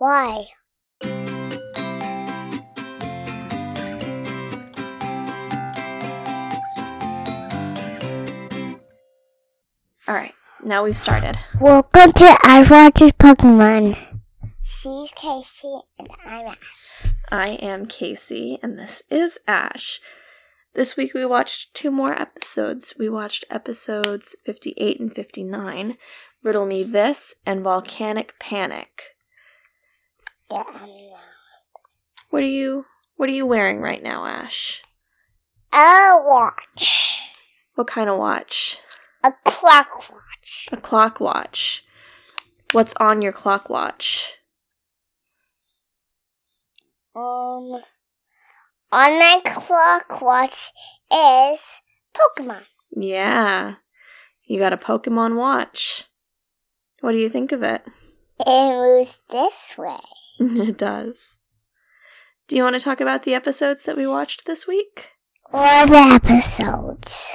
Why? All right, now we've started. Welcome to I Watches Pokemon. She's Casey and I'm Ash. I am Casey, and this is Ash. This week we watched two more episodes. We watched episodes 58 and 59 Riddle Me This and Volcanic Panic. Yeah, I'm Ash. What are you what are you wearing right now, Ash? A watch. What kind of watch? A clock watch. A clock watch. What's on your clock watch? Um, on my clock watch is Pokemon. Yeah. You got a Pokemon watch. What do you think of it? It moves this way. it does. Do you want to talk about the episodes that we watched this week? Or the episodes.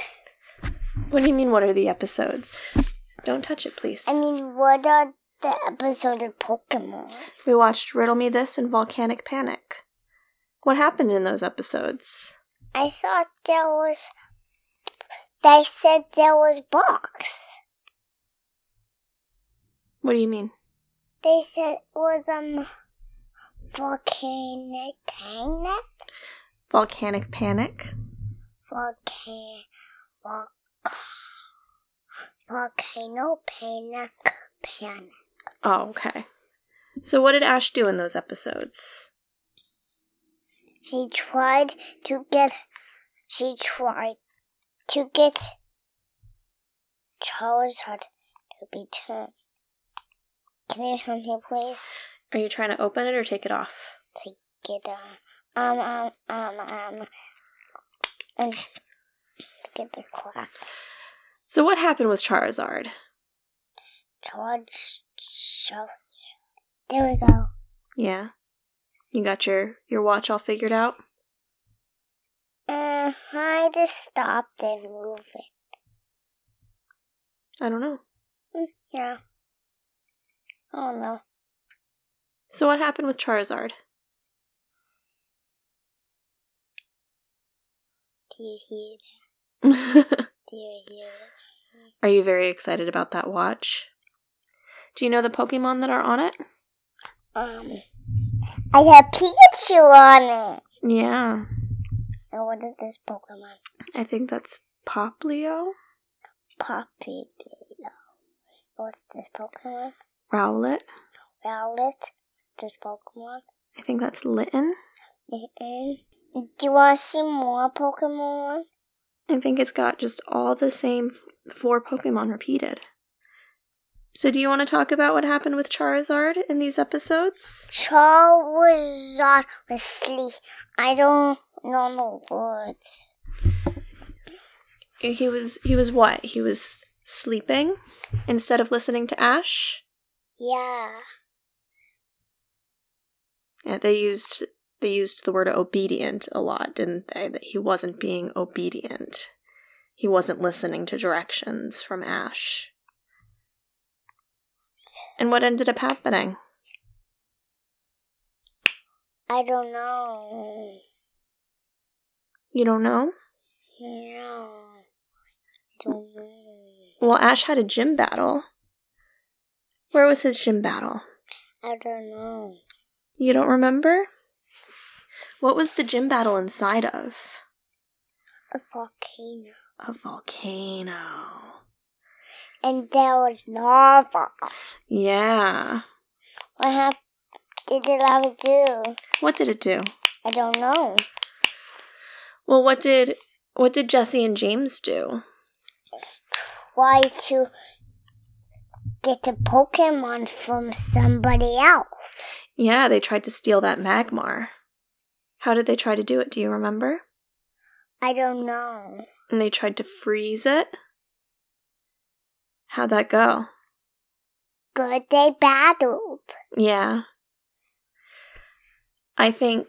What do you mean, what are the episodes? Don't touch it, please. I mean, what are the episodes of Pokemon? we watched Riddle Me This and Volcanic Panic. What happened in those episodes? I thought there was. They said there was box. What do you mean? They said it was um volcanic planet, Volcanic Panic? volcano, volcano, volcano panic, panic. Oh, okay. So, what did Ash do in those episodes? She tried to get. She tried to get Charizard to be turned. Can you help me, please? Are you trying to open it or take it off? to get uh, um um um um and get the clock So, what happened with Charizard? charge so there we go Yeah. You got your, your watch all figured out? uh, I just stopped and moved it I don't know. yeah oh no So, what happened with Charizard? do you hear it? Are do you hear it? you very excited about that watch? Do you know the Pokemon that are on it? um I have Pikachu on it Yeah. and what is this Pokemon I think that's Poplio? Poppy what's this Pokemon Rowlet? Rowlet what's this Pokemon I think that's Litten. Mm-mm. Do you want to see more Pokemon? I think it's got just all the same f- four Pokemon repeated. So, do you want to talk about what happened with Charizard in these episodes? Charizard was sleep. I don't know the words. He was he was what? He was sleeping instead of listening to Ash. Yeah. Yeah, they used they used the word obedient a lot, didn't they? That he wasn't being obedient. He wasn't listening to directions from Ash. And what ended up happening? I don't know. You don't know? No. I don't know. Well, Ash had a gym battle. Where was his gym battle? I don't know. You don't remember? What was the gym battle inside of? A volcano. A volcano. And there was lava. Yeah. What happened? Did the lava do? What did it do? I don't know. Well, what did what did Jesse and James do? Try to get the Pokemon from somebody else. Yeah, they tried to steal that Magmar. How did they try to do it? Do you remember? I don't know. And they tried to freeze it. How'd that go? Good they battled. Yeah. I think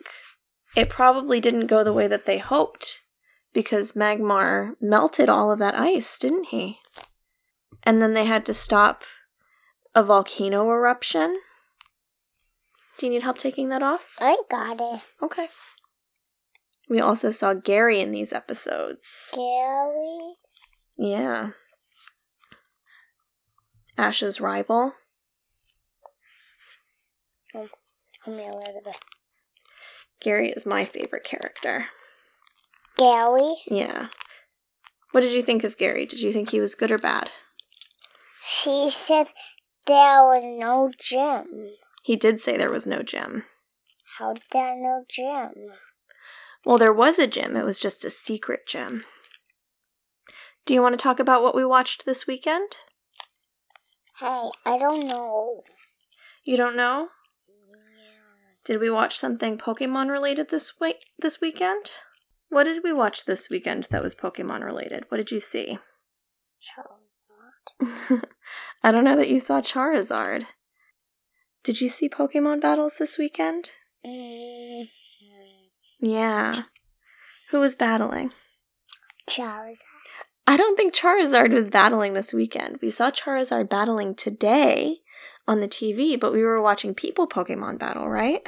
it probably didn't go the way that they hoped because Magmar melted all of that ice, didn't he? And then they had to stop a volcano eruption. Do you need help taking that off? I got it. Okay. We also saw Gary in these episodes. Gary. Yeah. Ash's rival. Give me a little bit. Gary is my favorite character. Gary. Yeah. What did you think of Gary? Did you think he was good or bad? She said there was no gym. He did say there was no gym. How did I know gym? Well, there was a gym, it was just a secret gym. Do you want to talk about what we watched this weekend? Hey, I don't know. You don't know? Did we watch something Pokemon related this week this weekend? What did we watch this weekend that was Pokemon related? What did you see? Charizard. I don't know that you saw Charizard. Did you see Pokemon battles this weekend? Mm. Yeah. Who was battling? Charizard. I don't think Charizard was battling this weekend. We saw Charizard battling today on the TV, but we were watching people Pokemon battle, right?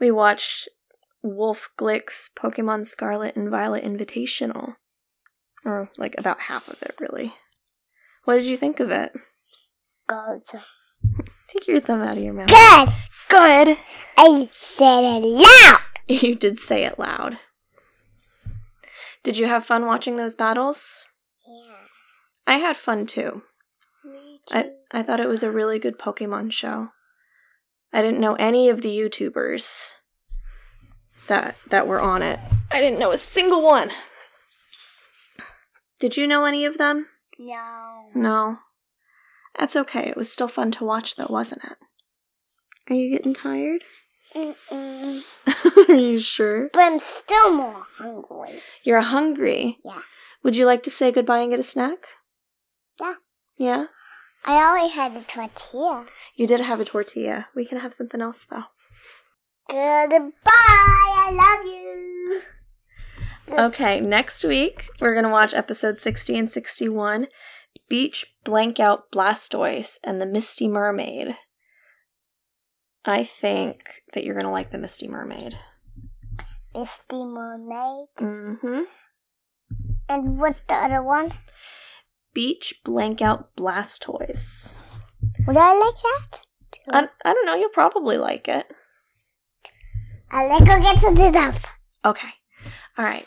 We watched Wolf Glick's Pokemon Scarlet and Violet Invitational. Or like about half of it, really. What did you think of it? Gold. Take your thumb out of your mouth. Good. Good! I said it loud. You did say it loud. Did you have fun watching those battles? Yeah. I had fun too. Me too. I, I thought it was a really good Pokemon show. I didn't know any of the YouTubers that that were on it. I didn't know a single one. Did you know any of them? no. No. That's okay. It was still fun to watch though, wasn't it? Are you getting tired? Mm-mm. Are you sure? But I'm still more hungry. You're hungry. Yeah. Would you like to say goodbye and get a snack? Yeah. Yeah? I already had a tortilla. You did have a tortilla. We can have something else though. Goodbye. I love you. Okay, next week we're going to watch episode 60 and 61 Beach Blank Out Blastoise and the Misty Mermaid. I think that you're going to like the Misty Mermaid. Misty Mermaid. Mm-hmm. And what's the other one? Beach Blank Out Blastoise. Would I like that? I, I don't know, you'll probably like it. I like to get to the dust. Okay. All right.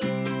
this?